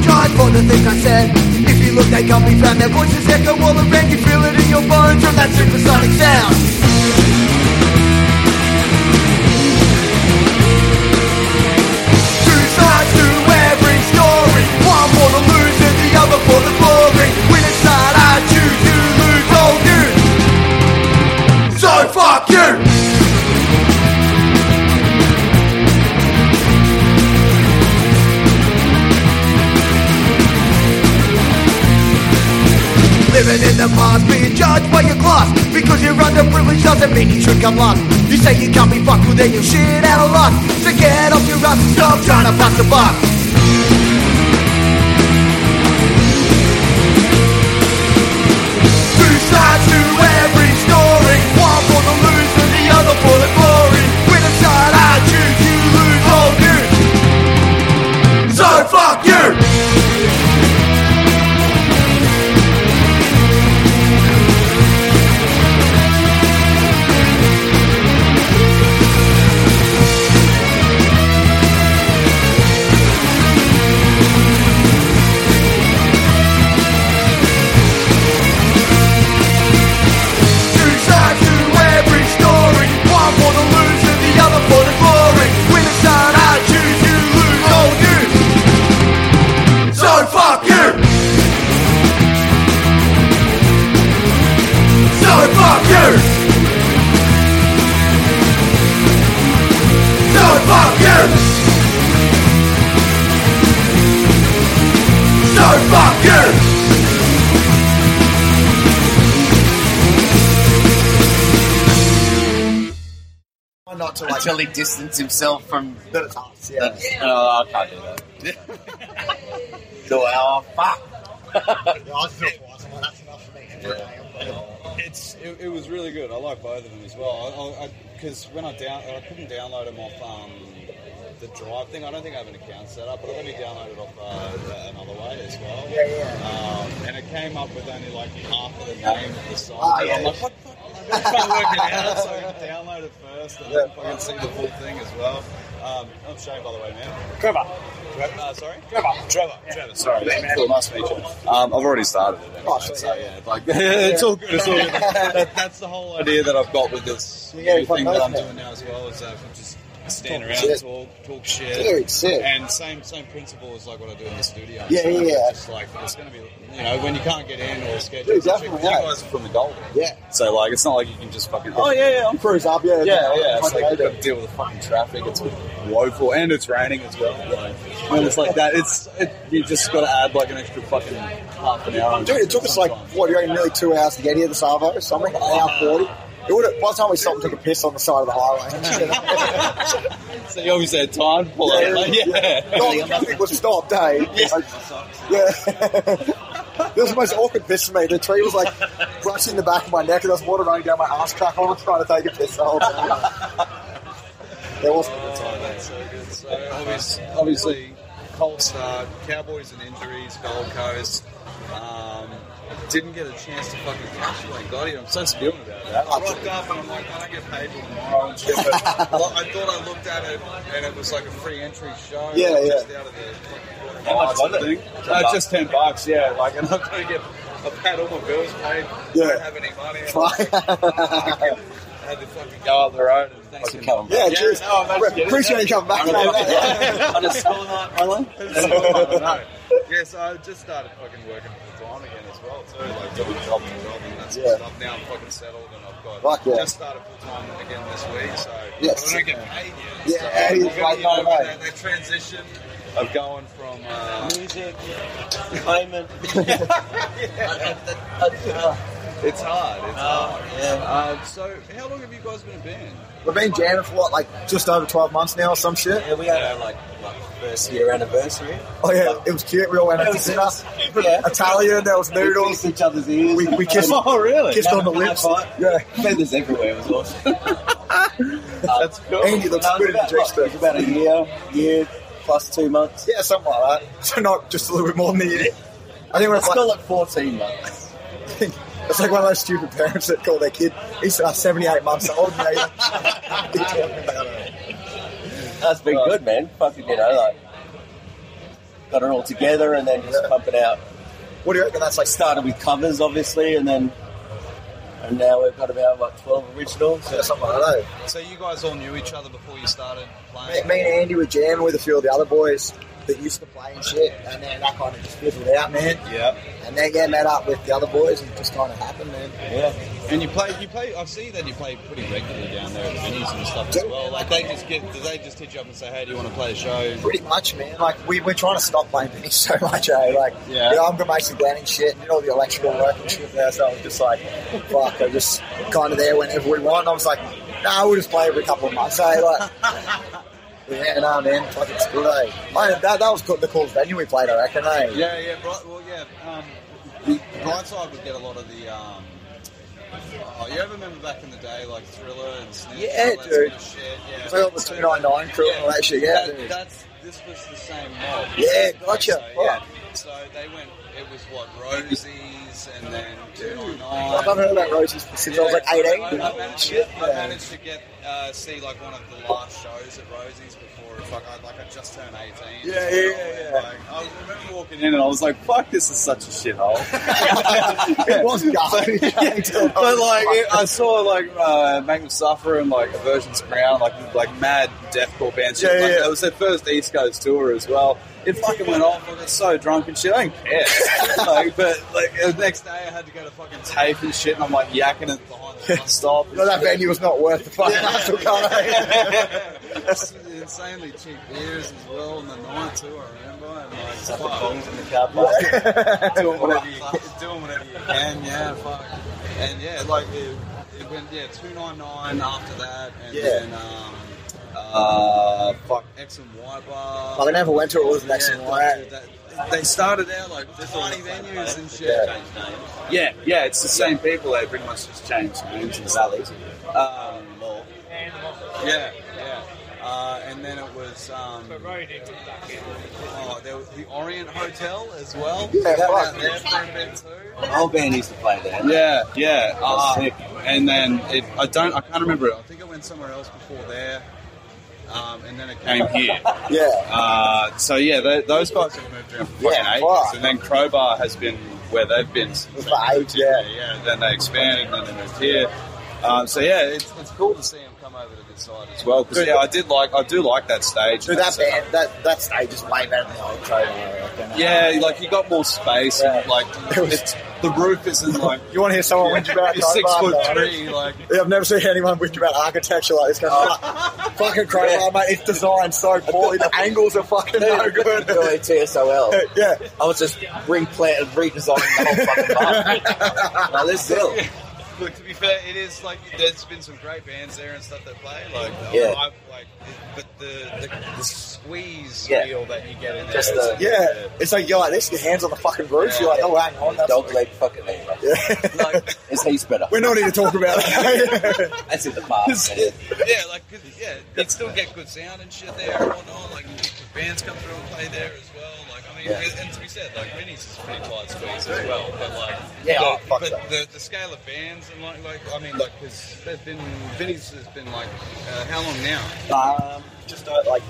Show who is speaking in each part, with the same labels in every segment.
Speaker 1: the things I said If you look, they can't be found Their voices echo all around You feel it in your bones From that supersonic sound Two sides to every story One for the lose and the other for the glory Which side I choose You lose, all you So fuck you Living in the past, being judged by your class Because you're underprivileged doesn't mean you should come last You say you can't be fucked with then you shit out a lot So get off your ass and stop trying to pass the buck Two sides to every story One for the lose and the other for the glory With a side I choose, you lose all you So fuck you! Two sides to every story. One for the lose and the other for the glory. Winner side I choose, you lose, all you. So fuck you. So fuck you. So fuck you. So fuck you. Or not to like
Speaker 2: until he distanced himself from.
Speaker 1: the class, yeah.
Speaker 2: Oh, I can't do that. so, oh, fuck.
Speaker 1: Yeah, I was built for us, well, that's enough for me. Every day, I'm fucking-
Speaker 3: It's it, it was really good. I like both of them as well. Because when I down, I couldn't download them off um, the drive thing. I don't think I have an account set up, but I let me download it off uh, uh, another way as well.
Speaker 1: Yeah, yeah.
Speaker 3: Um, and it came up with only like half of the name of the song.
Speaker 1: Ah,
Speaker 3: And I'm
Speaker 1: yeah.
Speaker 3: like, what the fuck? I'm trying to work it out. So I download it first and then fucking see the full thing as well. Um, I'm Shane, by the way, man.
Speaker 4: Trevor.
Speaker 3: Trevor, uh, sorry?
Speaker 4: Trevor.
Speaker 3: Trevor, Trevor, sorry.
Speaker 4: Hey, man.
Speaker 3: Cool, nice to meet you. Um, I've already started it. Anyway,
Speaker 1: Oh, sweet,
Speaker 3: so,
Speaker 1: yeah.
Speaker 3: yeah, like, it's all good. It's all good. That, that's the whole uh, idea that I've got with this
Speaker 1: Yeah,
Speaker 3: new
Speaker 1: fuck
Speaker 3: thing that I'm
Speaker 1: knows, man.
Speaker 3: doing now as well is uh, just stand
Speaker 1: Talk
Speaker 3: around,
Speaker 1: shit.
Speaker 3: talk, talk shit.
Speaker 1: Dude, sick.
Speaker 3: And same same principle as like what I do in the studio.
Speaker 1: Yeah,
Speaker 3: So
Speaker 1: yeah,
Speaker 3: it's
Speaker 1: yeah.
Speaker 3: Just like it's going to be, you know, when you can't get in or schedule.
Speaker 1: Dude,
Speaker 3: you
Speaker 1: definitely,
Speaker 3: you
Speaker 1: yeah.
Speaker 3: guys are from the Golden.
Speaker 1: Yeah.
Speaker 3: So like, it's not like you can just fucking. Oh yeah, yeah, I'm
Speaker 1: Cruise up, yeah.
Speaker 3: yeah, yeah. It's
Speaker 1: Fucking
Speaker 3: like you've
Speaker 1: hate
Speaker 3: got
Speaker 1: it.
Speaker 3: to deal with the fucking traffic. It's woeful, and it's raining as well. Like, when it's like that, it's it, you just got to add like an extra fucking half an hour.
Speaker 1: Dude, it took us like, what, you reckon nearly two hours to get here, the Savo? Something, an hour 40? It would have, by the time we stopped and took a piss on the side of the highway.
Speaker 3: So you obviously had time to pull yeah,
Speaker 1: Yeah,
Speaker 3: over. Like, yeah.
Speaker 1: Not the traffic was stopped, eh? Like, yeah. It was the most awkward piss for me. The tree was like brushing the back of my neck, and there was water running down my ass crack. I was trying to take a piss the whole time. There was
Speaker 3: time, that's so good. So obviously, obviously, cold start, Cowboys and injuries, Gold Coast. Um, didn't get a chance to fucking catch Wayne Gotti. I'm so spewing about that. I rocked up and I'm like, I don't get paid till tomorrow and shit. But well, I thought I looked at it and it was like a free entry show.
Speaker 1: Yeah, yeah.
Speaker 3: just Out of the
Speaker 2: How much was it?
Speaker 3: Uh, just ten bucks. Yeah, like, and I'm gonna get. I've had all my bills paid.
Speaker 1: Yeah.
Speaker 3: Don't have any money.
Speaker 1: Fuck.
Speaker 3: I had to fucking go up the road and thanks for coming.
Speaker 1: Yeah, cheers.
Speaker 3: no, I'm actually getting
Speaker 1: appreciate
Speaker 3: it.
Speaker 1: you coming back. mate.
Speaker 3: On a school night, Island? yeah, so I just started fucking working full time again as well, too. Like doing job and job and that sort
Speaker 1: Yeah.
Speaker 3: of stuff. Now I'm fucking settled and I've got
Speaker 1: Fuck yeah.
Speaker 3: just started full time again this week, so
Speaker 1: Yes.
Speaker 3: I don't get paid yet.
Speaker 1: Yeah,
Speaker 3: so
Speaker 1: and he's
Speaker 3: you know,
Speaker 1: like,
Speaker 3: you know,
Speaker 1: no way.
Speaker 3: that, that transition of going from uh,
Speaker 4: Music. Payment.
Speaker 3: it's hard. It's hard.
Speaker 4: Oh, yeah.
Speaker 3: Uh, so how long have you guys been a band?
Speaker 1: We've been jamming for what, like just over 12 months now or some shit?
Speaker 4: Yeah, we had our like, like first year anniversary.
Speaker 1: Oh, yeah, it was cute. We all went out to dinner.
Speaker 4: Yeah.
Speaker 1: Italian, there was
Speaker 4: We
Speaker 1: noodles.
Speaker 4: kissed each other's ears. Oh,
Speaker 1: We, we kissed,
Speaker 3: really?
Speaker 1: kissed on the lips. Yeah.
Speaker 4: Feathers everywhere. It was awesome.
Speaker 3: That's cool.
Speaker 1: Andy looks
Speaker 4: No,
Speaker 1: good in the
Speaker 4: it's about,
Speaker 1: dress
Speaker 4: what, it's
Speaker 1: though.
Speaker 4: about a year, year plus two months.
Speaker 1: Yeah, something like that. So not just a little bit more than a year. I think we're
Speaker 4: Let's call
Speaker 1: like,
Speaker 4: it 14 months.
Speaker 1: it's like one of those stupid parents that call their kid, he's uh, 78 months old. And they, Keep talking about it.
Speaker 4: That's been good, man. Fucking, you know, like got it all together, and then just pump it out.
Speaker 1: What do you reckon? That's
Speaker 4: I
Speaker 1: like
Speaker 4: started with covers, obviously, and then and now we've got about what twelve originals. So
Speaker 1: something I don't know.
Speaker 3: So you guys all knew each other before you started
Speaker 1: Me,
Speaker 3: playing.
Speaker 1: me and Andy were jamming with a few of the other boys that used to play and shit, and then that kind of just fizzled out, man.
Speaker 3: Yeah.
Speaker 1: And then getting met up with the other boys and it just kind of happened, man.
Speaker 4: yeah,
Speaker 3: And you play, you play. I see that you play pretty regularly down there at venues and stuff as well. Like they just get, do they just hit you up and say, "Hey, do you want to play a show?"
Speaker 1: Pretty much, man. Like we we're trying to stop playing finish so much, eh? Like
Speaker 3: Yeah.
Speaker 1: you know, I'm gonna make some planning shit and did all the electrical work and shit there, so I was just like, fuck, I'm just kinda there whenever we want. I was like, nah, we'll just play every couple of months, eh? Like Yeah, nah man, fucking it's good, eh? I, that, that was good the coolest venue we played, I reckon, eh?
Speaker 3: Yeah, yeah. Bright, well, yeah. Um, Brightside would get a lot of the. Um, oh, you ever remember back in the day, like Thriller and Snitch?
Speaker 1: Yeah,
Speaker 3: and all that
Speaker 1: dude.
Speaker 3: Sort of shit? Yeah,
Speaker 1: So all the two nine nine crew and all that shit, yeah.
Speaker 3: That-
Speaker 1: dude.
Speaker 3: that's this was the same mob.
Speaker 1: Yeah, gotcha.
Speaker 3: So, yeah. so they went. It was what Rosie's, and then two nine
Speaker 1: I've never heard about Rosie's since I was like
Speaker 3: I,
Speaker 1: eighteen.
Speaker 3: I managed,
Speaker 1: Shit,
Speaker 3: I
Speaker 1: yeah.
Speaker 3: managed to get uh, see like one of the last shows at Rosie's before. Fuck, I, like I just turned eighteen. as
Speaker 1: Yeah,
Speaker 3: well,
Speaker 1: yeah, yeah,
Speaker 3: and,
Speaker 1: yeah.
Speaker 3: Like, I remember walking in
Speaker 2: And I was like, fuck, this is such a shithole.
Speaker 1: It was garbage.
Speaker 2: but like, it, I saw like uh, Magnum Suffer and like Aversion's Ground, like like mad deathcore bands. shit.
Speaker 1: Yeah,
Speaker 2: like,
Speaker 1: yeah, yeah.
Speaker 2: It was their first East Coast tour as well. It fucking went off. I got so drunk and shit. I don't care. like, but like the next day, I had to go to fucking TAFE and shit, and I'm like yakking it behind the bus stop. and
Speaker 1: No, that venue was not worth the fucking hassle, can't I?
Speaker 3: It's insanely cheap beers as well in the night too. I remember. And like,
Speaker 4: Stuff the
Speaker 3: fuck,
Speaker 4: bongs in the car park.
Speaker 3: doing whatever you doing whatever you can. Yeah, fuck. And yeah, like it, it went yeah two nine nine after that, and
Speaker 1: Yeah.
Speaker 3: then um,
Speaker 2: Uh, fuck.
Speaker 3: X and Y bar.
Speaker 1: Like, I never went to it, it was an
Speaker 3: Yeah,
Speaker 1: excellent
Speaker 3: like,
Speaker 1: night.
Speaker 3: that- They started out like tiny venues and shit.
Speaker 1: Yeah.
Speaker 2: Yeah, yeah, it's the same people. They pretty much just changed names and alleys. Um,
Speaker 3: Yeah, yeah. Uh, and then it was um, oh, there was the Orient Hotel as well.
Speaker 1: Yeah,
Speaker 3: That was
Speaker 1: fuck.
Speaker 3: there for a bit too.
Speaker 4: The whole band used to play there.
Speaker 2: yeah, yeah.
Speaker 4: was
Speaker 2: Uh,
Speaker 4: sick.
Speaker 2: and then it, I don't, I can't remember it.
Speaker 3: I think I went somewhere else before there, um, and then it
Speaker 2: I
Speaker 3: came
Speaker 2: came here.
Speaker 1: Yeah.
Speaker 2: Uh, so yeah, th those guys have moved around for fucking
Speaker 1: Yeah,
Speaker 2: ages,
Speaker 1: fuck.
Speaker 2: and then Crowbar has been where they've been. Since
Speaker 1: For ages, yeah.
Speaker 2: yeah. Then they expanded, and then they moved here. Um, so yeah, it's,
Speaker 3: It's cool to see him come over to this side as well.
Speaker 2: well, 'cause,
Speaker 1: Dude,
Speaker 2: yeah, I did like, I do like that stage.
Speaker 1: Dude, that
Speaker 2: So-
Speaker 1: band, that, that stage is way better than the old trailer, I reckon.
Speaker 2: Yeah, like you got more space, and like
Speaker 1: It was-
Speaker 2: it's, the roof isn't like
Speaker 1: You want to hear someone whinge about
Speaker 2: He's six
Speaker 1: Crowbar,
Speaker 2: foot
Speaker 1: though?
Speaker 2: three, like
Speaker 1: Yeah, I've never seen anyone whinge about architecture like this. Going, fuck, fucking crowbar, mate. It's designed so poorly. The angles are fucking no good.
Speaker 4: Really TSOL.
Speaker 1: yeah.
Speaker 4: I was just replanting, redesigning the whole fucking bar. now this still,
Speaker 3: Look, to be fair, it is like there's been some great bands there and stuff that play. Like,
Speaker 4: Yeah.
Speaker 3: I, like, but the the, the squeeze
Speaker 4: Yeah.
Speaker 3: feel that you get in there.
Speaker 4: Just
Speaker 3: is-
Speaker 4: the-
Speaker 1: Yeah. It's like you're like this, your hands on the fucking roof. You're like, oh, hang on. That's
Speaker 4: dog leg fucking name.
Speaker 1: Yeah.
Speaker 3: like,
Speaker 4: It's he's better.
Speaker 1: We're not here to talk about that.
Speaker 4: That's in the bar. man.
Speaker 3: yeah, like 'cause, yeah, you still get good sound and shit there and whatnot. Like bands come through and play there as well. Like I mean,
Speaker 4: Yeah.
Speaker 3: and to be said, like Vinny's is a pretty tight squeeze as well. But like,
Speaker 4: Yeah,
Speaker 3: the,
Speaker 4: oh,
Speaker 1: fuck
Speaker 3: but
Speaker 1: that.
Speaker 3: the, the scale of bands and like, like I mean, like because there's been Vinny's has been like uh, how long now?
Speaker 1: um,
Speaker 4: Just uh, like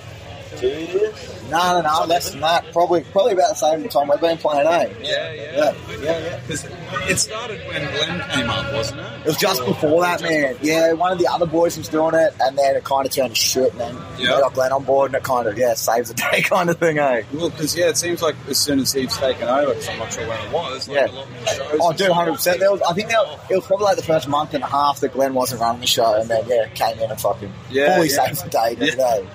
Speaker 4: two years.
Speaker 1: no, no, no. Less than that. Probably, probably about the same time we've been playing, eh?
Speaker 3: Yeah,
Speaker 1: Yeah,
Speaker 3: yeah.
Speaker 1: yeah, yeah.
Speaker 3: Because it started when Glenn came up, wasn't it?
Speaker 1: It was just before that, man. Yeah, one of the other boys was doing it, and then it kind of turned to shit, man.
Speaker 2: Yeah.
Speaker 1: They got Glenn on board, and it kind of, yeah, saves the day kind of thing, eh?
Speaker 2: well, because yeah, it seems like as soon as he's taken over, 'cause I'm not sure when it was. Like,
Speaker 1: Yeah.
Speaker 2: a lot more shows.
Speaker 1: Oh, dude, 100%. There was, I think that, it was probably like the first month and a half that Glenn wasn't running the show, and then, yeah, it came in and fucking
Speaker 2: Yeah,
Speaker 1: fully
Speaker 2: yeah.
Speaker 1: saves the day, didn't
Speaker 2: Yeah.
Speaker 1: it?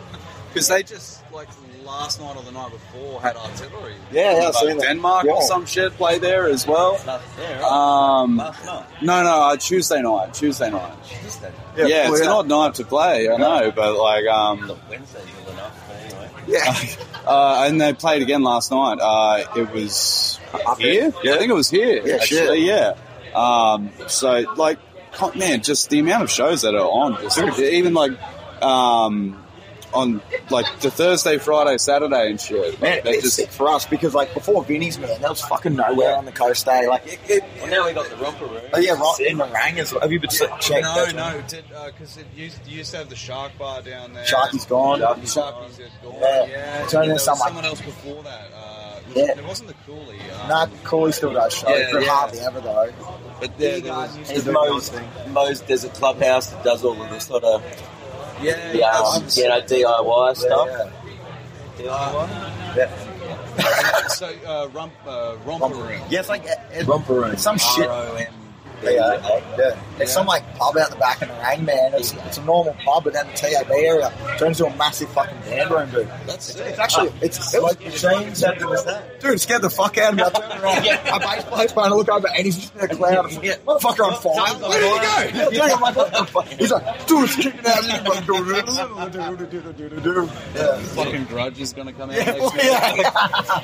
Speaker 3: Because they just like last night or the night before had artillery.
Speaker 1: Yeah, yeah,
Speaker 2: Like,
Speaker 1: I've seen that.
Speaker 2: Denmark or
Speaker 1: Yeah.
Speaker 2: some shit play there as well.
Speaker 4: Nothing there. Uh, Right?
Speaker 2: Um,
Speaker 4: Last night.
Speaker 2: no, no, uh, Tuesday night, Tuesday night.
Speaker 4: Tuesday.
Speaker 2: Yeah,
Speaker 1: fully
Speaker 2: it's an
Speaker 1: that.
Speaker 2: odd night to play, I know, but like, um,
Speaker 4: Look, Wednesday's good enough. But anyway.
Speaker 1: Yeah.
Speaker 2: uh, and they played again last night. Uh, it was
Speaker 1: Up
Speaker 2: here. Yeah, I think it was here.
Speaker 1: Yeah,
Speaker 2: actually, yeah. Um, so like, con- man, just the amount of shows that are on, just, even like, um, on like the Thursday, Friday, Saturday, and shit.
Speaker 1: Man,
Speaker 2: Like, they
Speaker 1: it's
Speaker 2: just
Speaker 1: sick for us because, like, before Vinny's, man, there was fucking nowhere on the coast, eh? Like, it, it,
Speaker 4: Well, now we got the romper room.
Speaker 1: oh, yeah, right in Morang as well. Have you been checked?
Speaker 3: no, no, because it used you used to have the shark bar down there.
Speaker 1: Sharky's gone.
Speaker 3: Sharky's had gone.
Speaker 1: Yeah.
Speaker 3: Yeah,
Speaker 1: It's
Speaker 3: yeah
Speaker 1: only
Speaker 3: there was
Speaker 1: someone-
Speaker 3: someone else before that. Uh,
Speaker 4: Yeah.
Speaker 3: It wasn't the coolie. Um,
Speaker 1: Nah, Cooley still does show.
Speaker 3: Yeah,
Speaker 1: for
Speaker 3: yeah.
Speaker 1: hardly ever though.
Speaker 3: But there, there was,
Speaker 1: He's
Speaker 4: He's
Speaker 1: doing
Speaker 4: Mo's,
Speaker 1: his thing.
Speaker 4: Mo's Desert Clubhouse that does all of the sort of
Speaker 3: yeah,
Speaker 4: the, um,
Speaker 3: that's-
Speaker 4: you know, DIY stuff.
Speaker 1: Yeah,
Speaker 3: so uh, rump, uh, romper room.
Speaker 1: yeah. it's like
Speaker 4: Romper room.
Speaker 1: some shit. Yeah, yeah. It's some like pub out the back in Rang, man. It's, it's a normal pub, but then the TAB area turns into a massive fucking band room, dude.
Speaker 3: That's
Speaker 1: It's
Speaker 3: it.
Speaker 1: actually, it's like James had to Dude, scared the fuck out of me. I turned around, my bass player's trying to look over, and he's just in a cloud. I'm like, Motherfucker on fire. Where did he go? Dude, I'm like, what the fuck? He's like, dude, it's kicking out. Yeah.
Speaker 3: Fucking grudge is going to come out next week.
Speaker 1: Yeah.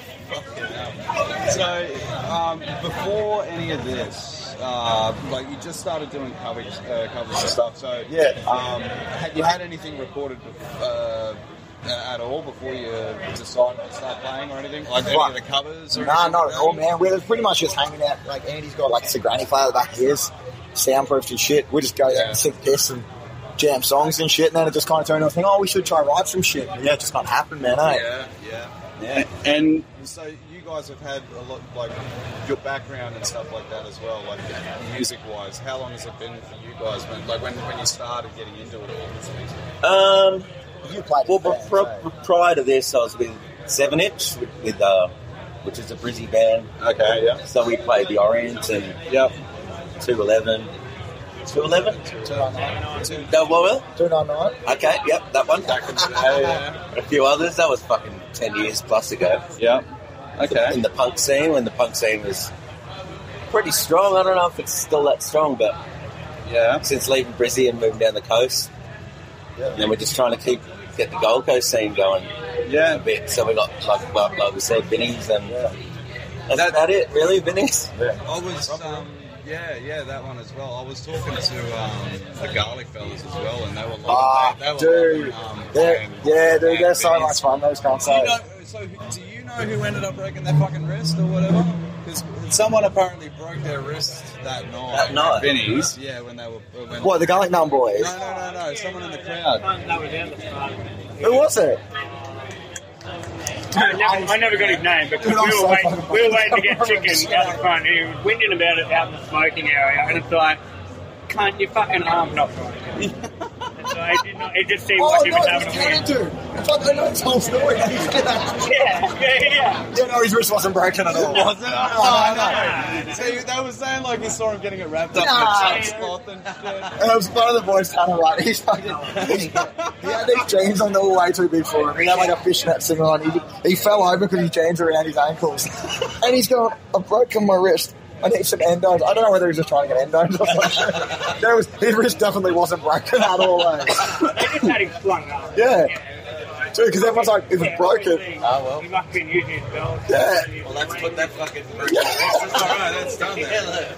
Speaker 3: So, um, before any of this, uh, like you just started doing covers, uh, covers and stuff. So,
Speaker 1: Yeah.
Speaker 3: um, had you had anything recorded uh, at all before you decided to start playing or anything? Like any of the covers? Or
Speaker 1: Nah,
Speaker 3: anything
Speaker 1: not
Speaker 3: like
Speaker 1: at
Speaker 3: that?
Speaker 1: all, man. We're pretty much just hanging out. Like Andy's got like a granny fire back of his, soundproofed and shit. We just go out
Speaker 3: Yeah.
Speaker 1: and sing piss and jam songs and shit. And then it just kind of turned into a thing. Oh, we should try write some shit. And yeah, it just can't happen, man. Eh?
Speaker 3: Yeah, yeah.
Speaker 2: And, and
Speaker 3: So you guys have had a lot, like your background and stuff like that as well, like music-wise. How long has it been for you guys? When, like when, when you started getting into it all?
Speaker 4: Um,
Speaker 1: You played.
Speaker 4: well,
Speaker 1: in
Speaker 4: but
Speaker 1: bands,
Speaker 4: pro-
Speaker 1: eh?
Speaker 4: prior to this, I was with Seven Inch, with, with uh, which is a Brizzy band.
Speaker 3: Okay, yeah.
Speaker 4: So we played the Orient and
Speaker 2: yep,
Speaker 4: Two Eleven. Two Eleven?
Speaker 1: Two nine nine.
Speaker 4: That one? Will?
Speaker 1: Two nine nine.
Speaker 4: Okay, yep, that one.
Speaker 3: Back in the day, yeah.
Speaker 4: A few others. That was fucking ten years plus ago.
Speaker 2: yep. Okay.
Speaker 4: in the punk scene when the punk scene was pretty strong. I don't know if it's still that strong, but
Speaker 2: Yeah.
Speaker 4: since leaving Brizzy and moving down the coast,
Speaker 1: Yeah.
Speaker 4: and we're just trying to keep get the Gold Coast scene going a
Speaker 2: Yeah.
Speaker 4: bit. So we got like like, like we said, Vinny's and
Speaker 1: Yeah.
Speaker 4: that's about it, really. Vinny's.
Speaker 3: I was, um, yeah, yeah, that one as well. I was talking to um, the Garlic Fellas as well, and they were like,
Speaker 1: Ah,
Speaker 3: they, they were
Speaker 1: dude.
Speaker 3: loving, um,
Speaker 1: They're,
Speaker 3: playing-
Speaker 1: yeah, dude, they're
Speaker 3: playing
Speaker 1: so much
Speaker 3: Vinny's.
Speaker 1: fun. Those
Speaker 3: Do
Speaker 1: eh?
Speaker 3: you
Speaker 1: concerts.
Speaker 3: know, so who- do you know who ended up breaking their fucking wrist or whatever? Because someone apparently broke their wrist that night.
Speaker 4: That night?
Speaker 2: Vinny's?
Speaker 3: Yeah, when they were. When
Speaker 1: What the Garlic Nun boys?
Speaker 3: No, no, no, no. Someone in the crowd.
Speaker 1: Who was it?
Speaker 5: I never, I never got his name, but we
Speaker 1: Dude, I'm so
Speaker 5: were,
Speaker 1: fucking-
Speaker 5: waiting, we were waiting to
Speaker 1: I'm
Speaker 5: get chicken out the front. He was whinging about it out in the smoking area, and it's like, can't you fucking arm not right. And so it, did not, it just seemed
Speaker 1: Oh
Speaker 5: like he
Speaker 1: no,
Speaker 5: was
Speaker 1: it
Speaker 5: having
Speaker 1: was
Speaker 5: a win.
Speaker 1: Cannon, dude. Fuck, I know it's whole story. yeah,
Speaker 5: Yeah, yeah, yeah.
Speaker 1: no, his wrist wasn't broken at all.
Speaker 3: Was it?
Speaker 1: Oh,
Speaker 3: no. So you- they were saying like you saw him getting it wrapped up
Speaker 1: Nah.
Speaker 3: in a cloth and shit.
Speaker 1: And it was one of the boys standing right. He's fucking. He had these jeans on that were way too big for him. He had like a fishnet singer on. He, he fell over because his jeans were around his ankles. And he's going, I've broken my wrist. I need some endos. I don't know whether he's just trying to get endos or something. there was, his wrist definitely wasn't broken at all. eh?
Speaker 5: They just had him flung up.
Speaker 1: Yeah.
Speaker 5: yeah.
Speaker 1: Dude, 'cause everyone's like, if it's broken-
Speaker 5: obviously,
Speaker 4: Oh, well.
Speaker 5: He must have been using his belt.
Speaker 1: Yeah.
Speaker 4: Well, let's put that fucking.
Speaker 3: That's all right. That's done. Then.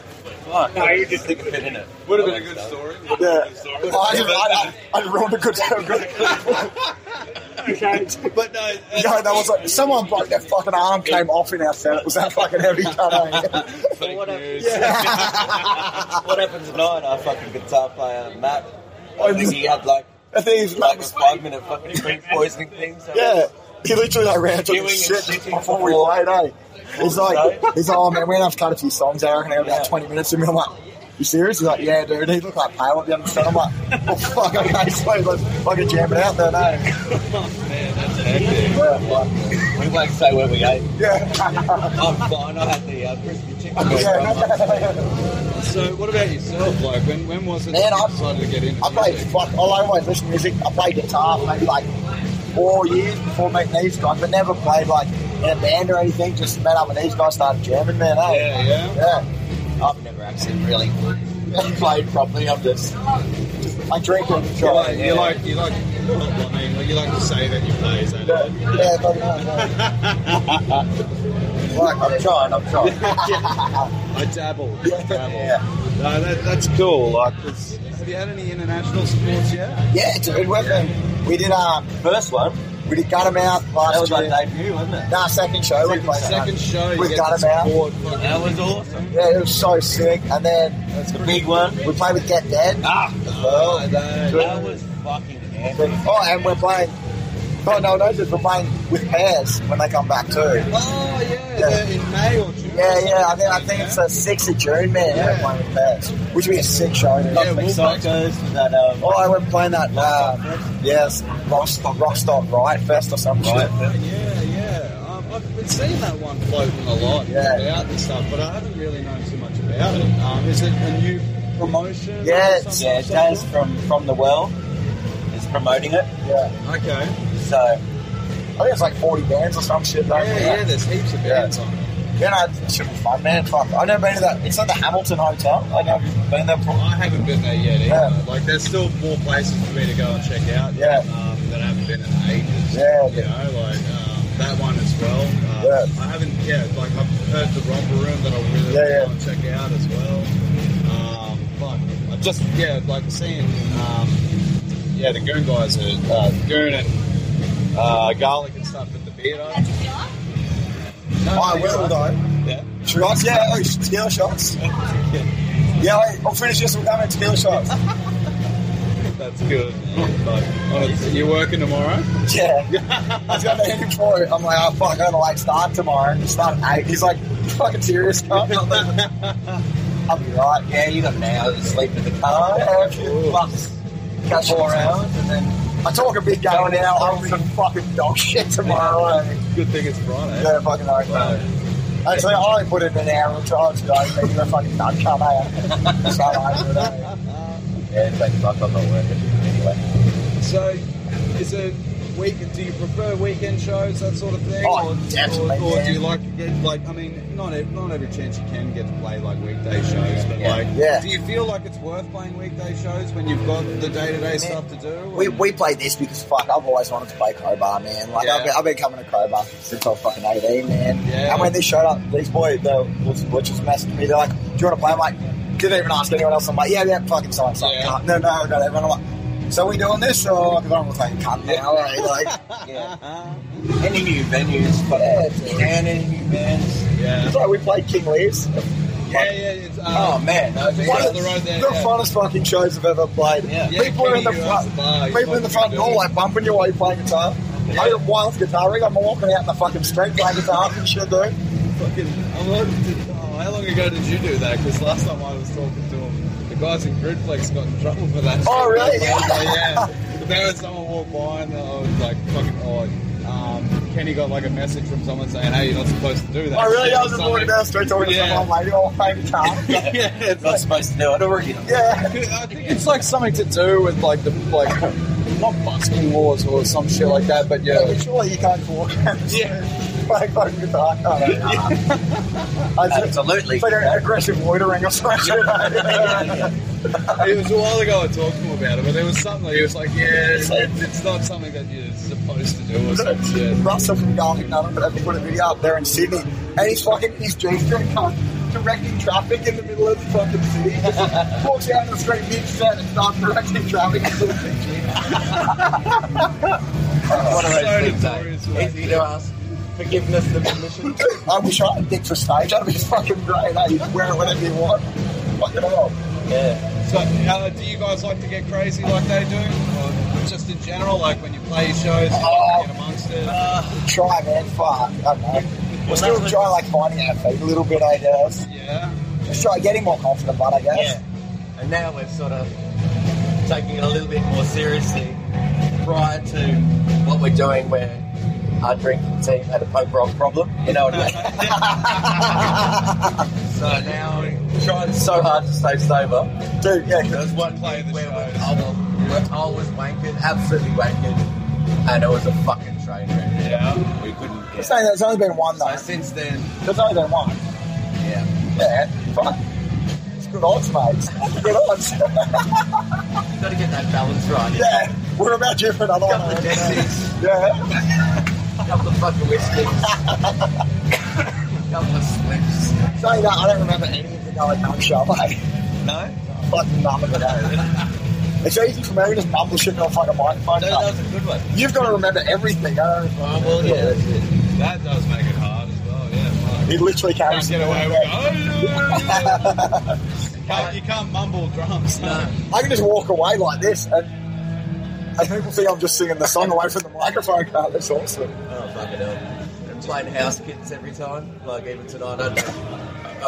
Speaker 5: No, you just-
Speaker 4: think of it in it.
Speaker 3: Would have been a good story. Would have been
Speaker 1: Yeah.
Speaker 3: a good
Speaker 1: I,
Speaker 3: story.
Speaker 1: just, I, I, I ruined a good good.
Speaker 5: Okay.
Speaker 3: But no, uh,
Speaker 1: Yo, that was like, someone broke their fucking arm, came off in our set. It was that fucking heavy cut. eh?
Speaker 3: fake
Speaker 4: What a-
Speaker 3: news.
Speaker 4: What happened tonight? Our fucking guitar player Matt. I think he had like
Speaker 1: I think he's
Speaker 4: like
Speaker 1: like,
Speaker 4: a five minute fucking drink poisoning thing. So
Speaker 1: yeah. He literally like ran to the
Speaker 4: Queuing and
Speaker 1: shit just
Speaker 4: shitting
Speaker 1: before we
Speaker 4: before.
Speaker 1: played, eh? He's like, he's like, oh man, we're gonna have to cut a few songs out. I reckon about
Speaker 4: Yeah.
Speaker 1: 20 minutes. And I'm like, you serious? He's like, yeah, dude. He looked like pale at the end of the set. I'm like, oh fuck, okay, so let's fucking jam it out then, eh? Yeah,
Speaker 4: We won't say where we ate.
Speaker 1: yeah.
Speaker 4: I'm fine. Oh, I had the uh, crispy chicken.
Speaker 1: yeah.
Speaker 3: So what about yourself? Like when when was it
Speaker 1: Man,
Speaker 3: that you
Speaker 1: I-
Speaker 3: decided to get into
Speaker 1: I played
Speaker 3: music?
Speaker 1: fuck all over like listen to music. I played guitar for maybe like four years before meeting these guys, but never played like in a band or anything. Just met up with these guys, started jamming, man. eh?
Speaker 3: Yeah, yeah.
Speaker 1: Yeah. I've never actually really played properly. I'm just I drink and
Speaker 3: You
Speaker 1: try.
Speaker 3: like, you like, you like, well, I mean, you like to say that you play, so
Speaker 1: Yeah, yeah, fucking hell, yeah. Like, I'm trying, I'm trying.
Speaker 3: I dabble. I
Speaker 1: Yeah,
Speaker 3: dabble.
Speaker 1: yeah.
Speaker 3: No, that, that's cool. Like, it's, have you had any international supports yet?
Speaker 1: yeah, dude, we've been, we did um,
Speaker 4: First one.
Speaker 1: we did Gutter Mouth
Speaker 4: That
Speaker 1: last
Speaker 4: was
Speaker 1: year.
Speaker 4: our debut, wasn't it?
Speaker 1: Nah, second show. we
Speaker 3: Second,
Speaker 1: played
Speaker 3: second show, you
Speaker 1: We've
Speaker 3: get
Speaker 1: got
Speaker 3: the
Speaker 1: him out.
Speaker 3: support.
Speaker 4: That was awesome.
Speaker 1: Yeah, it was so sick. And then
Speaker 4: That's the big one.
Speaker 1: we played with Get Dead.
Speaker 4: Ah,
Speaker 1: Oh,
Speaker 4: that was fucking epic.
Speaker 1: Oh, and we're playing. Oh no, no, just we're playing with pairs when they come back too.
Speaker 3: Oh yeah,
Speaker 1: Yeah.
Speaker 3: they're in May or June.
Speaker 1: Yeah,
Speaker 3: or
Speaker 1: yeah. I
Speaker 3: something,
Speaker 1: think I think it's the sixth of June, man. We're playing with pairs, which would be a sick show. dude.
Speaker 3: Yeah, we'll-
Speaker 4: Psychos for that. Um,
Speaker 1: Oh, I went playing that. Uh, yes, Rockstock, Rockstock Riot Fest or something.
Speaker 4: Riot Fest.
Speaker 3: Yeah, yeah. Um, I've been seeing that one floating a lot
Speaker 1: Yeah.
Speaker 3: about and stuff, but I haven't really known too much about it. Um, is it a new promotion? or
Speaker 1: Yeah, it's-
Speaker 3: something?
Speaker 4: yeah, Daz from from the well is promoting it.
Speaker 1: Yeah,
Speaker 3: Okay.
Speaker 4: So
Speaker 1: I think it's like forty bands or some shit. Though.
Speaker 3: Yeah, yeah, there's heaps of
Speaker 1: Yeah.
Speaker 3: bands on it.
Speaker 1: Yeah, no, it should be fun, man. Fuck, I've never been to that. It's at the Hamilton Hotel. I've never been there. Before.
Speaker 3: I haven't been there yet either.
Speaker 1: Yeah.
Speaker 3: Like, there's still more places for me to go and check out
Speaker 1: Yeah.
Speaker 3: um, that I haven't been in ages.
Speaker 1: Yeah,
Speaker 3: You know, like um, that one as well. Um, I haven't, yeah, like I've heard the Romper Room that I really
Speaker 1: Yeah,
Speaker 3: want to go
Speaker 1: yeah.
Speaker 3: and check out as well. Um, but I just, yeah, like seeing, um, yeah, the Goon guys, are, uh, Goon and uh, Garlic and stuff at the beer. No,
Speaker 1: I
Speaker 3: no,
Speaker 1: will
Speaker 3: you're right.
Speaker 1: though.
Speaker 3: Yeah.
Speaker 1: Shots, yeah, oh, tequila shots. Yeah, wait, I'll finish this with having tequila shots.
Speaker 3: That's good. Like, honestly, you working tomorrow?
Speaker 1: Yeah. I was going to hit him for it. I'm like, oh, fuck, I got to, like, start tomorrow. Start at 8. He's like, "You fucking serious, cunt?" I'm like, I'll be right.
Speaker 4: yeah, you got an hour to sleep in the
Speaker 1: Uh,
Speaker 4: car.
Speaker 1: okay.
Speaker 4: Plus
Speaker 1: Catch
Speaker 4: four
Speaker 1: you.
Speaker 4: hours and then
Speaker 1: I talk a big game now. I'll be some fucking dog shit tomorrow. eh?
Speaker 3: Good thing it's Friday.
Speaker 1: Yeah, fucking right, Actually, I only put in an hour of time today. Maybe a fucking nut come out. So I do that.
Speaker 4: yeah, it's like fuck, I'm not working anyway.
Speaker 3: So, is it week? Do you prefer weekend shows, that sort of thing?
Speaker 1: Oh,
Speaker 3: or,
Speaker 1: definitely,
Speaker 3: Or, or
Speaker 1: man.
Speaker 3: do you like to get like? I mean, not ev- not every chance you can get to play like weekday shows, but
Speaker 4: Yeah.
Speaker 3: like,
Speaker 1: Yeah.
Speaker 3: do you feel like it's worth playing weekday shows when you've got the day to day stuff to do? or-
Speaker 1: We, we played this because fuck, I've always wanted to play Crowbar, man. Like
Speaker 3: Yeah.
Speaker 1: I've, been, I've been coming to Crowbar since I was fucking eighteen, man.
Speaker 3: Yeah.
Speaker 1: And when they showed up, these boys, the witches messaged me. They're like, "Do you want to play?" I'm like, "Didn't even ask anyone else." I'm like, "Yeah, yeah, fucking so and so."
Speaker 3: Yeah.
Speaker 1: No, no, no, no. And I'm like, "So we doing this or?" Because I'm fucking cunt now, right? Like,
Speaker 4: Yeah,
Speaker 3: Uh-huh.
Speaker 4: any new venues, but
Speaker 1: Yeah, it's-
Speaker 4: and any new bands.
Speaker 3: yeah.
Speaker 1: it's like we played King Leaves.
Speaker 3: Yeah, yeah. It's, um,
Speaker 4: Oh man, no,
Speaker 3: yeah,
Speaker 1: One
Speaker 3: it's
Speaker 1: of
Speaker 3: on the road there.
Speaker 1: the
Speaker 3: yeah.
Speaker 1: funnest fucking shows I've ever played.
Speaker 4: Yeah.
Speaker 3: Yeah,
Speaker 1: people are in the
Speaker 3: Kenny, uh,
Speaker 1: front.
Speaker 3: bar, he's
Speaker 1: People in the
Speaker 3: fucking
Speaker 1: front
Speaker 3: doing
Speaker 1: door
Speaker 3: it.
Speaker 1: like bumping you while you're playing guitar. I got wild guitarring. I'm walking out in the fucking street playing guitar and shit, dude.
Speaker 3: Fucking, I'm not, oh, how long ago did you do that? Because last time I was talking to him, the guys in Gridflex got in trouble for that.
Speaker 1: Oh, really?
Speaker 3: yeah. But There was someone walked by and I was like, fucking, oh, um, Kenny got like a message from someone saying, hey, you're not supposed to do that.
Speaker 1: I Oh, really
Speaker 3: shit," or
Speaker 1: I was just walking
Speaker 3: something.
Speaker 1: down the street talking
Speaker 3: Yeah.
Speaker 1: to someone lady while playing guitar.
Speaker 3: yeah, it's
Speaker 4: not
Speaker 3: like,
Speaker 4: supposed to do it already.
Speaker 1: yeah.
Speaker 3: I think it's like something to do with like the, like, not busking wars or some shit like that, but
Speaker 1: Yeah,
Speaker 3: yeah.
Speaker 1: but surely you can't walk around the street playing fucking guitar. can't you? "Oh, I just,
Speaker 4: Absolutely.
Speaker 1: it's like an aggressive loitering or something.
Speaker 3: It was a while ago I talked to him about it, but there was something he was like, "Yeah, it's, it's not something that you're supposed to do or some shit."
Speaker 1: Russell from Garlic Nut, but I think put a video up there in Sydney, and he's fucking he's G-string cunt directing traffic in the middle of the fucking city. He just like, walks out on the street mid set and starts directing traffic.
Speaker 4: One of those
Speaker 3: So
Speaker 4: things.
Speaker 3: notorious,
Speaker 4: though.
Speaker 3: right?
Speaker 4: Easy to ask forgiveness and permission.
Speaker 1: I wish I had dick for stage. That'd be fucking great. eh? You can wear it whenever you want. Fucking hell.
Speaker 4: yeah.
Speaker 3: So, uh, do you guys like to get crazy like they do, or just in general, like when you play your shows, you
Speaker 1: Oh.
Speaker 4: Uh,
Speaker 3: get amongst it?
Speaker 1: Try, man. Fuck. I don't know. We're still trying like finding our feet a little bit, I guess.
Speaker 3: yeah,
Speaker 1: Just try getting more confident, but I guess.
Speaker 4: Yeah. And now we're sort of taking it a little bit more seriously. Prior to what we're doing, where our drinking team had a punk rock problem. You know what I mean? so now we're trying so hard to stay sober.
Speaker 1: Dude, yeah. 'cause-
Speaker 4: There was one
Speaker 3: Play the
Speaker 4: where
Speaker 3: shows.
Speaker 4: I was, where I was wanking, absolutely wanking, and it was a fucking train wreck.
Speaker 3: yeah.
Speaker 4: We couldn't
Speaker 1: I'm
Speaker 4: get.
Speaker 1: saying there's only been one,
Speaker 4: So
Speaker 1: though.
Speaker 4: since then,
Speaker 1: There's only been one.
Speaker 4: yeah.
Speaker 1: Yeah, fuck. It's good odds, mate. Good odds.
Speaker 4: You gotta get that balance right.
Speaker 1: yeah, we're about due for another
Speaker 4: Couple
Speaker 1: one.
Speaker 4: of Jessies,
Speaker 1: Yeah,
Speaker 4: couple of fucking whiskeys, couple of slips.
Speaker 1: so you know, I don't remember anything that I done shop. Like,
Speaker 4: No?
Speaker 1: fucking none of it. eh? It's easy for me to just mumble shit on fucking microphone.
Speaker 4: No, that was a good one.
Speaker 1: You've got to remember everything. eh?
Speaker 4: Oh, well, yeah, that's it.
Speaker 3: That does make it hard as well. Yeah,
Speaker 1: He literally
Speaker 3: like,
Speaker 1: carries.
Speaker 3: can't get away with. Oh, yeah, yeah. Can't- you can't mumble drums.
Speaker 4: No.
Speaker 1: I can just walk away like this and and people think I'm just singing the song away from the microphone. Carl. That's awesome.
Speaker 4: Oh, fucking hell. I'm playing house kids every time. Like, even tonight, I,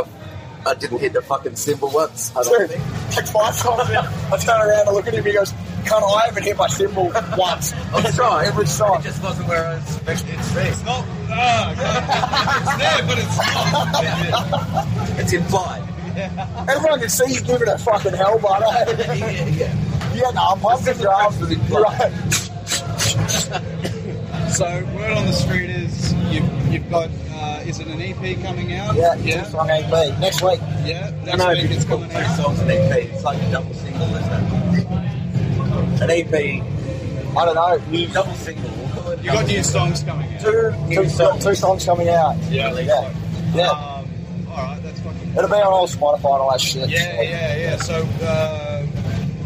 Speaker 4: I, I didn't hit the fucking cymbal once, I don't
Speaker 1: Dude,
Speaker 4: think.
Speaker 1: like five times now, I turn around, I look at him, he goes, "Can't I haven't hit my cymbal once?"
Speaker 4: I was trying.
Speaker 1: every song.
Speaker 4: It just wasn't where I expected it to
Speaker 3: It's
Speaker 4: be.
Speaker 3: not. ah, God. it's there, but it's not.
Speaker 4: It's implied.
Speaker 1: Everyone can see you giving it a fucking hell, but uh,
Speaker 4: Yeah, yeah, yeah.
Speaker 1: yeah, no, I'm pumping your arms. Right.
Speaker 3: So word on the street is you've, you've got uh, is it an EP coming out?
Speaker 1: Yeah, yeah.
Speaker 3: yeah,
Speaker 1: Song AP next week.
Speaker 3: yeah. Next
Speaker 1: No,
Speaker 3: week it's coming
Speaker 4: Three
Speaker 3: out.
Speaker 4: songs an EP. It's like a double single, isn't it? An EP,
Speaker 1: I don't know. You
Speaker 4: double single. We'll call it
Speaker 3: You got
Speaker 4: double
Speaker 3: new songs coming out.
Speaker 1: two,
Speaker 4: New
Speaker 1: two,
Speaker 4: songs.
Speaker 1: two songs coming out.
Speaker 3: Yeah,
Speaker 1: yeah, yeah.
Speaker 3: Um, all right, that's fucking.
Speaker 1: It'll be on all Spotify and all that shit.
Speaker 3: Yeah, yeah, yeah. So uh,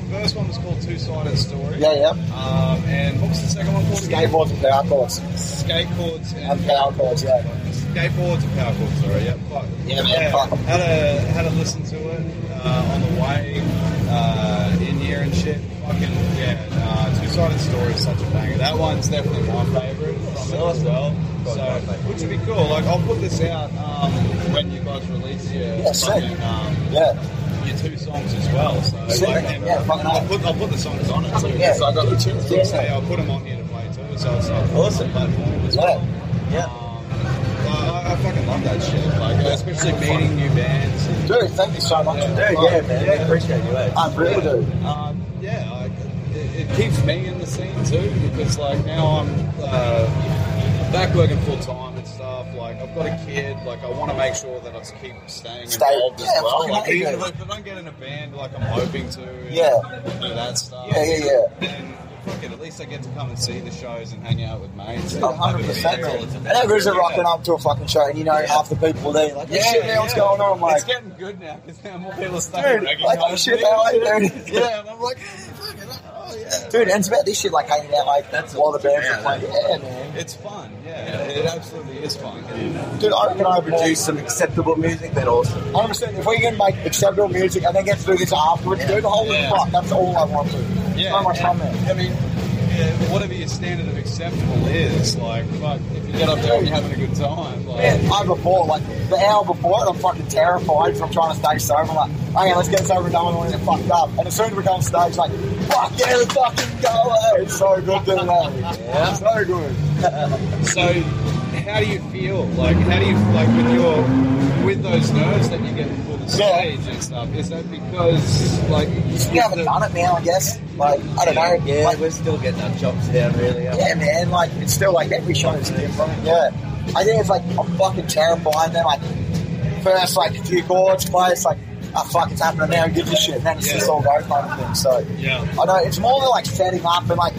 Speaker 3: first one was called Two Sided Story.
Speaker 1: yeah, yeah.
Speaker 3: Um, and what was the second one called? again?
Speaker 1: Skateboards and power chords
Speaker 3: Skateboards and
Speaker 1: and uh, power chords. Yeah.
Speaker 3: Skateboards and power chords, sorry, yeah. Fuck.
Speaker 1: Yeah, man, fuck.
Speaker 3: Had a had a listen to it uh, on the way uh, in here and shit. Fucking yeah, uh, Two Sided Story is such a banger. That one's definitely my favourite from it as well. So, which would be cool. Like I'll put this out um, when you guys release your
Speaker 1: Yeah, sick.
Speaker 3: fucking, um,
Speaker 1: Yeah,
Speaker 3: your two songs as well. So
Speaker 1: Sick.
Speaker 3: like, and
Speaker 1: Yeah, fucking
Speaker 3: I'll
Speaker 1: hell.
Speaker 3: put I'll put the songs on it. So,
Speaker 1: Yeah.
Speaker 3: so I got the two songs.
Speaker 1: Yeah.
Speaker 3: there. I'll put them on here to play too. So it's like awesome platform as
Speaker 1: Yeah.
Speaker 3: well.
Speaker 4: Yeah.
Speaker 3: Um, well, I, I fucking love that shit. Like, especially meeting new bands. And,
Speaker 1: dude, thank you so much.
Speaker 3: Yeah.
Speaker 4: single. Yeah, man. We appreciate you, eh?
Speaker 1: I really do.
Speaker 3: Um, yeah, like, it, it keeps me in the scene too because like now I'm uh, back working full time and stuff. Like I've got a kid. Like I want to make sure that I keep staying
Speaker 1: Stay-
Speaker 3: involved
Speaker 1: yeah,
Speaker 3: as well.
Speaker 1: fucking
Speaker 3: Like
Speaker 1: hate
Speaker 3: even
Speaker 1: it.
Speaker 3: if I- if I don't get in a band, like I'm hoping to. and
Speaker 1: Yeah.
Speaker 3: Do that stuff.
Speaker 1: Yeah, yeah, yeah.
Speaker 3: Then fuck it, at least I get to come and see the shows and hang out with mates. and
Speaker 1: A
Speaker 3: have a
Speaker 1: hundred
Speaker 3: beer.
Speaker 1: percent. And there is a rocking up to a fucking show, and you know half the people there. Like, yeah, shit, man, what's going on? I'm
Speaker 3: it's
Speaker 1: like,
Speaker 3: getting good now because now more people are starting
Speaker 1: dude, like, oh shit, how are you doing?
Speaker 3: Yeah, and I'm like, hey, fucking, oh yeah.
Speaker 1: Dude, and it's about this shit, like hanging out, like
Speaker 4: That's
Speaker 1: while the bands
Speaker 4: yeah,
Speaker 1: are playing. Yeah, man.
Speaker 3: It's fun, yeah. It absolutely is fun.
Speaker 1: Dude, I reckon I
Speaker 4: Produce
Speaker 1: produce.
Speaker 4: some acceptable music, then awesome.
Speaker 1: Hundred percent. If we can make acceptable music and then get to do this afterwards, dude, holy
Speaker 3: Yeah.
Speaker 1: fuck, that's all I want to.
Speaker 3: Yeah,
Speaker 1: so much
Speaker 3: and-
Speaker 1: fun there.
Speaker 3: I mean, yeah, whatever your standard of acceptable is, like, fuck, if you get up there and you're having a good time, like,
Speaker 1: Yeah, I before, like the hour before it, I'm fucking terrified from trying to stay sober. I'm like, okay, let's get this over and done with, and get fucked up. And as soon as we go on stage, like, fuck yeah, let's fucking go! eh? It's so good doing that. Yeah. So good.
Speaker 3: so how do you feel? Like, how do you, like, with your, with those nerves that you get before the
Speaker 1: Yeah.
Speaker 3: stage and stuff, is that because, like,
Speaker 1: We haven't done it now, I guess. Like, I don't know.
Speaker 4: Yeah,
Speaker 1: Like,
Speaker 4: we're still getting our chops down, really. aren't we?
Speaker 1: yeah, man. Like, it's still like every show is different. Yeah. I think it's like I'm fucking terrified. Then like first like a few chords play, it's like oh fuck, it's happening now. Give this shit. And then it's just all go kind of thing. So
Speaker 3: Yeah.
Speaker 1: I know it's more than like setting up and like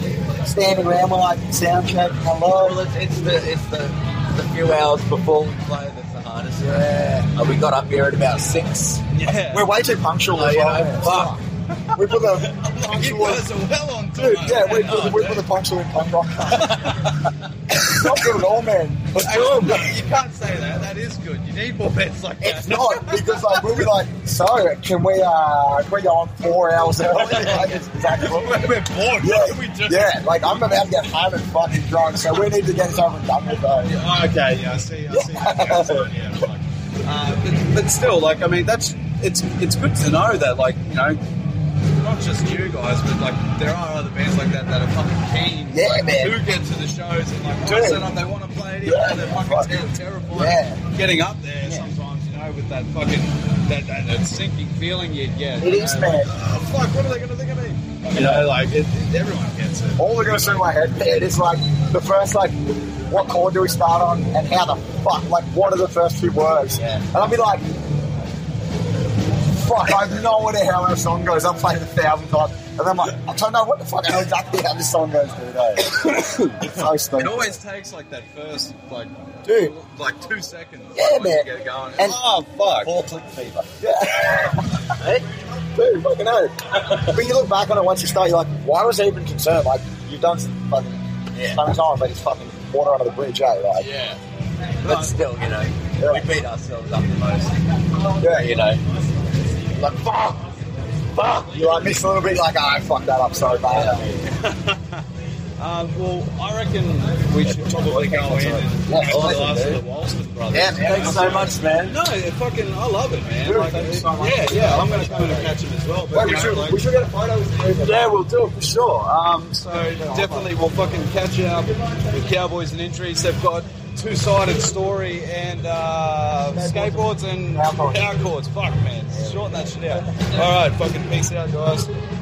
Speaker 1: standing around with like sound check.
Speaker 4: Well,
Speaker 1: Hello.
Speaker 4: it's, it's the it's the, the few hours before we play that's the hardest.
Speaker 1: Yeah.
Speaker 4: Uh, we got up here at about six.
Speaker 3: Yeah.
Speaker 1: We're way too punctual.
Speaker 4: Oh,
Speaker 1: as
Speaker 4: you
Speaker 1: well.
Speaker 4: know, fuck.
Speaker 1: We put the
Speaker 3: you
Speaker 1: punctual.
Speaker 3: guys are well on time.
Speaker 1: Dude, yeah, we put, we put the punctual in punk rock. It's not good at all, man.
Speaker 3: Actually, you can't say that. That is good. You need more bets like that.
Speaker 1: It's not because like we'll be like, so can we uh can we go on four hours early? Like, it's exactly what
Speaker 3: We're
Speaker 1: we
Speaker 3: we're bored.
Speaker 1: yeah,
Speaker 3: What do we do?
Speaker 1: yeah, like I'm about to get home and fucking drunk, so we need to get this over and done with uh, though.
Speaker 3: Oh, okay, yeah, I see, I see. Yeah, so, yeah, fuck. uh, but, but still, like, I mean, that's it's it's good to know that, like, you know, not just you guys, but like there are other bands like that that are fucking keen.
Speaker 1: Yeah,
Speaker 3: like,
Speaker 1: man.
Speaker 3: Who get to the shows and like
Speaker 1: Dude.
Speaker 3: once they're up, they want to play it.
Speaker 1: Yeah,
Speaker 3: Yeah, they're fucking
Speaker 1: fuck.
Speaker 3: ter- terrified.
Speaker 1: Yeah.
Speaker 3: Getting up there sometimes, you know, with that fucking that, that, that sinking feeling you get.
Speaker 1: It
Speaker 3: you
Speaker 1: is
Speaker 3: know,
Speaker 1: bad.
Speaker 3: Like, oh, fuck! What are they gonna think of me? You know, like it, it- everyone gets it.
Speaker 1: All that goes through my head man, is like the first like what chord do we start on and how the fuck like what are the first few words?
Speaker 4: Yeah.
Speaker 1: And I'll be like Fuck, I have no idea how our song goes. I've played it a thousand times. And I'm like, I don't know what the fuck I know exactly how this song goes, dude. eh? it's so
Speaker 3: It
Speaker 1: stupid.
Speaker 3: always takes like that first like
Speaker 1: Dude.
Speaker 3: like two seconds.
Speaker 1: Yeah,
Speaker 3: like, once
Speaker 1: man.
Speaker 3: You get it going,
Speaker 1: And-
Speaker 3: oh fuck!
Speaker 4: Four click fever.
Speaker 1: Yeah. Dude, fucking hell. but you look back on it once you start, you're like, why was I even concerned? Like, you've done some fucking
Speaker 4: Yeah.
Speaker 1: some time, but it's fucking water under the bridge, eh? Like,
Speaker 3: Yeah,
Speaker 4: But still, you know, we beat ourselves up the most.
Speaker 1: yeah,
Speaker 4: You know,
Speaker 1: "Ah, like, fuck, fuck. You like, miss a little bit, like, oh, I fucked that up so bad.
Speaker 3: Uh, well, I reckon we should probably go in and
Speaker 4: Yeah,
Speaker 3: have the
Speaker 4: awesome,
Speaker 3: last of
Speaker 4: dude.
Speaker 3: the Walston brothers.
Speaker 4: Yeah, man. Thanks so much, man.
Speaker 3: No, it fucking, I love it, man.
Speaker 1: Really?
Speaker 3: Like,
Speaker 1: Thank you so much.
Speaker 3: yeah, yeah, I'm going to come and catch him as well. But,
Speaker 1: we,
Speaker 3: you know,
Speaker 1: should,
Speaker 3: like-
Speaker 1: we should get a photo with you.
Speaker 3: yeah, we'll do it for sure. Um, so definitely we'll fucking catch up with Cowboys and Injuries. They've got two-sided story and uh, skateboards and power
Speaker 1: Power cords.
Speaker 3: cords. Fuck, man. Shorten that shit out. All right, fucking peace out, guys.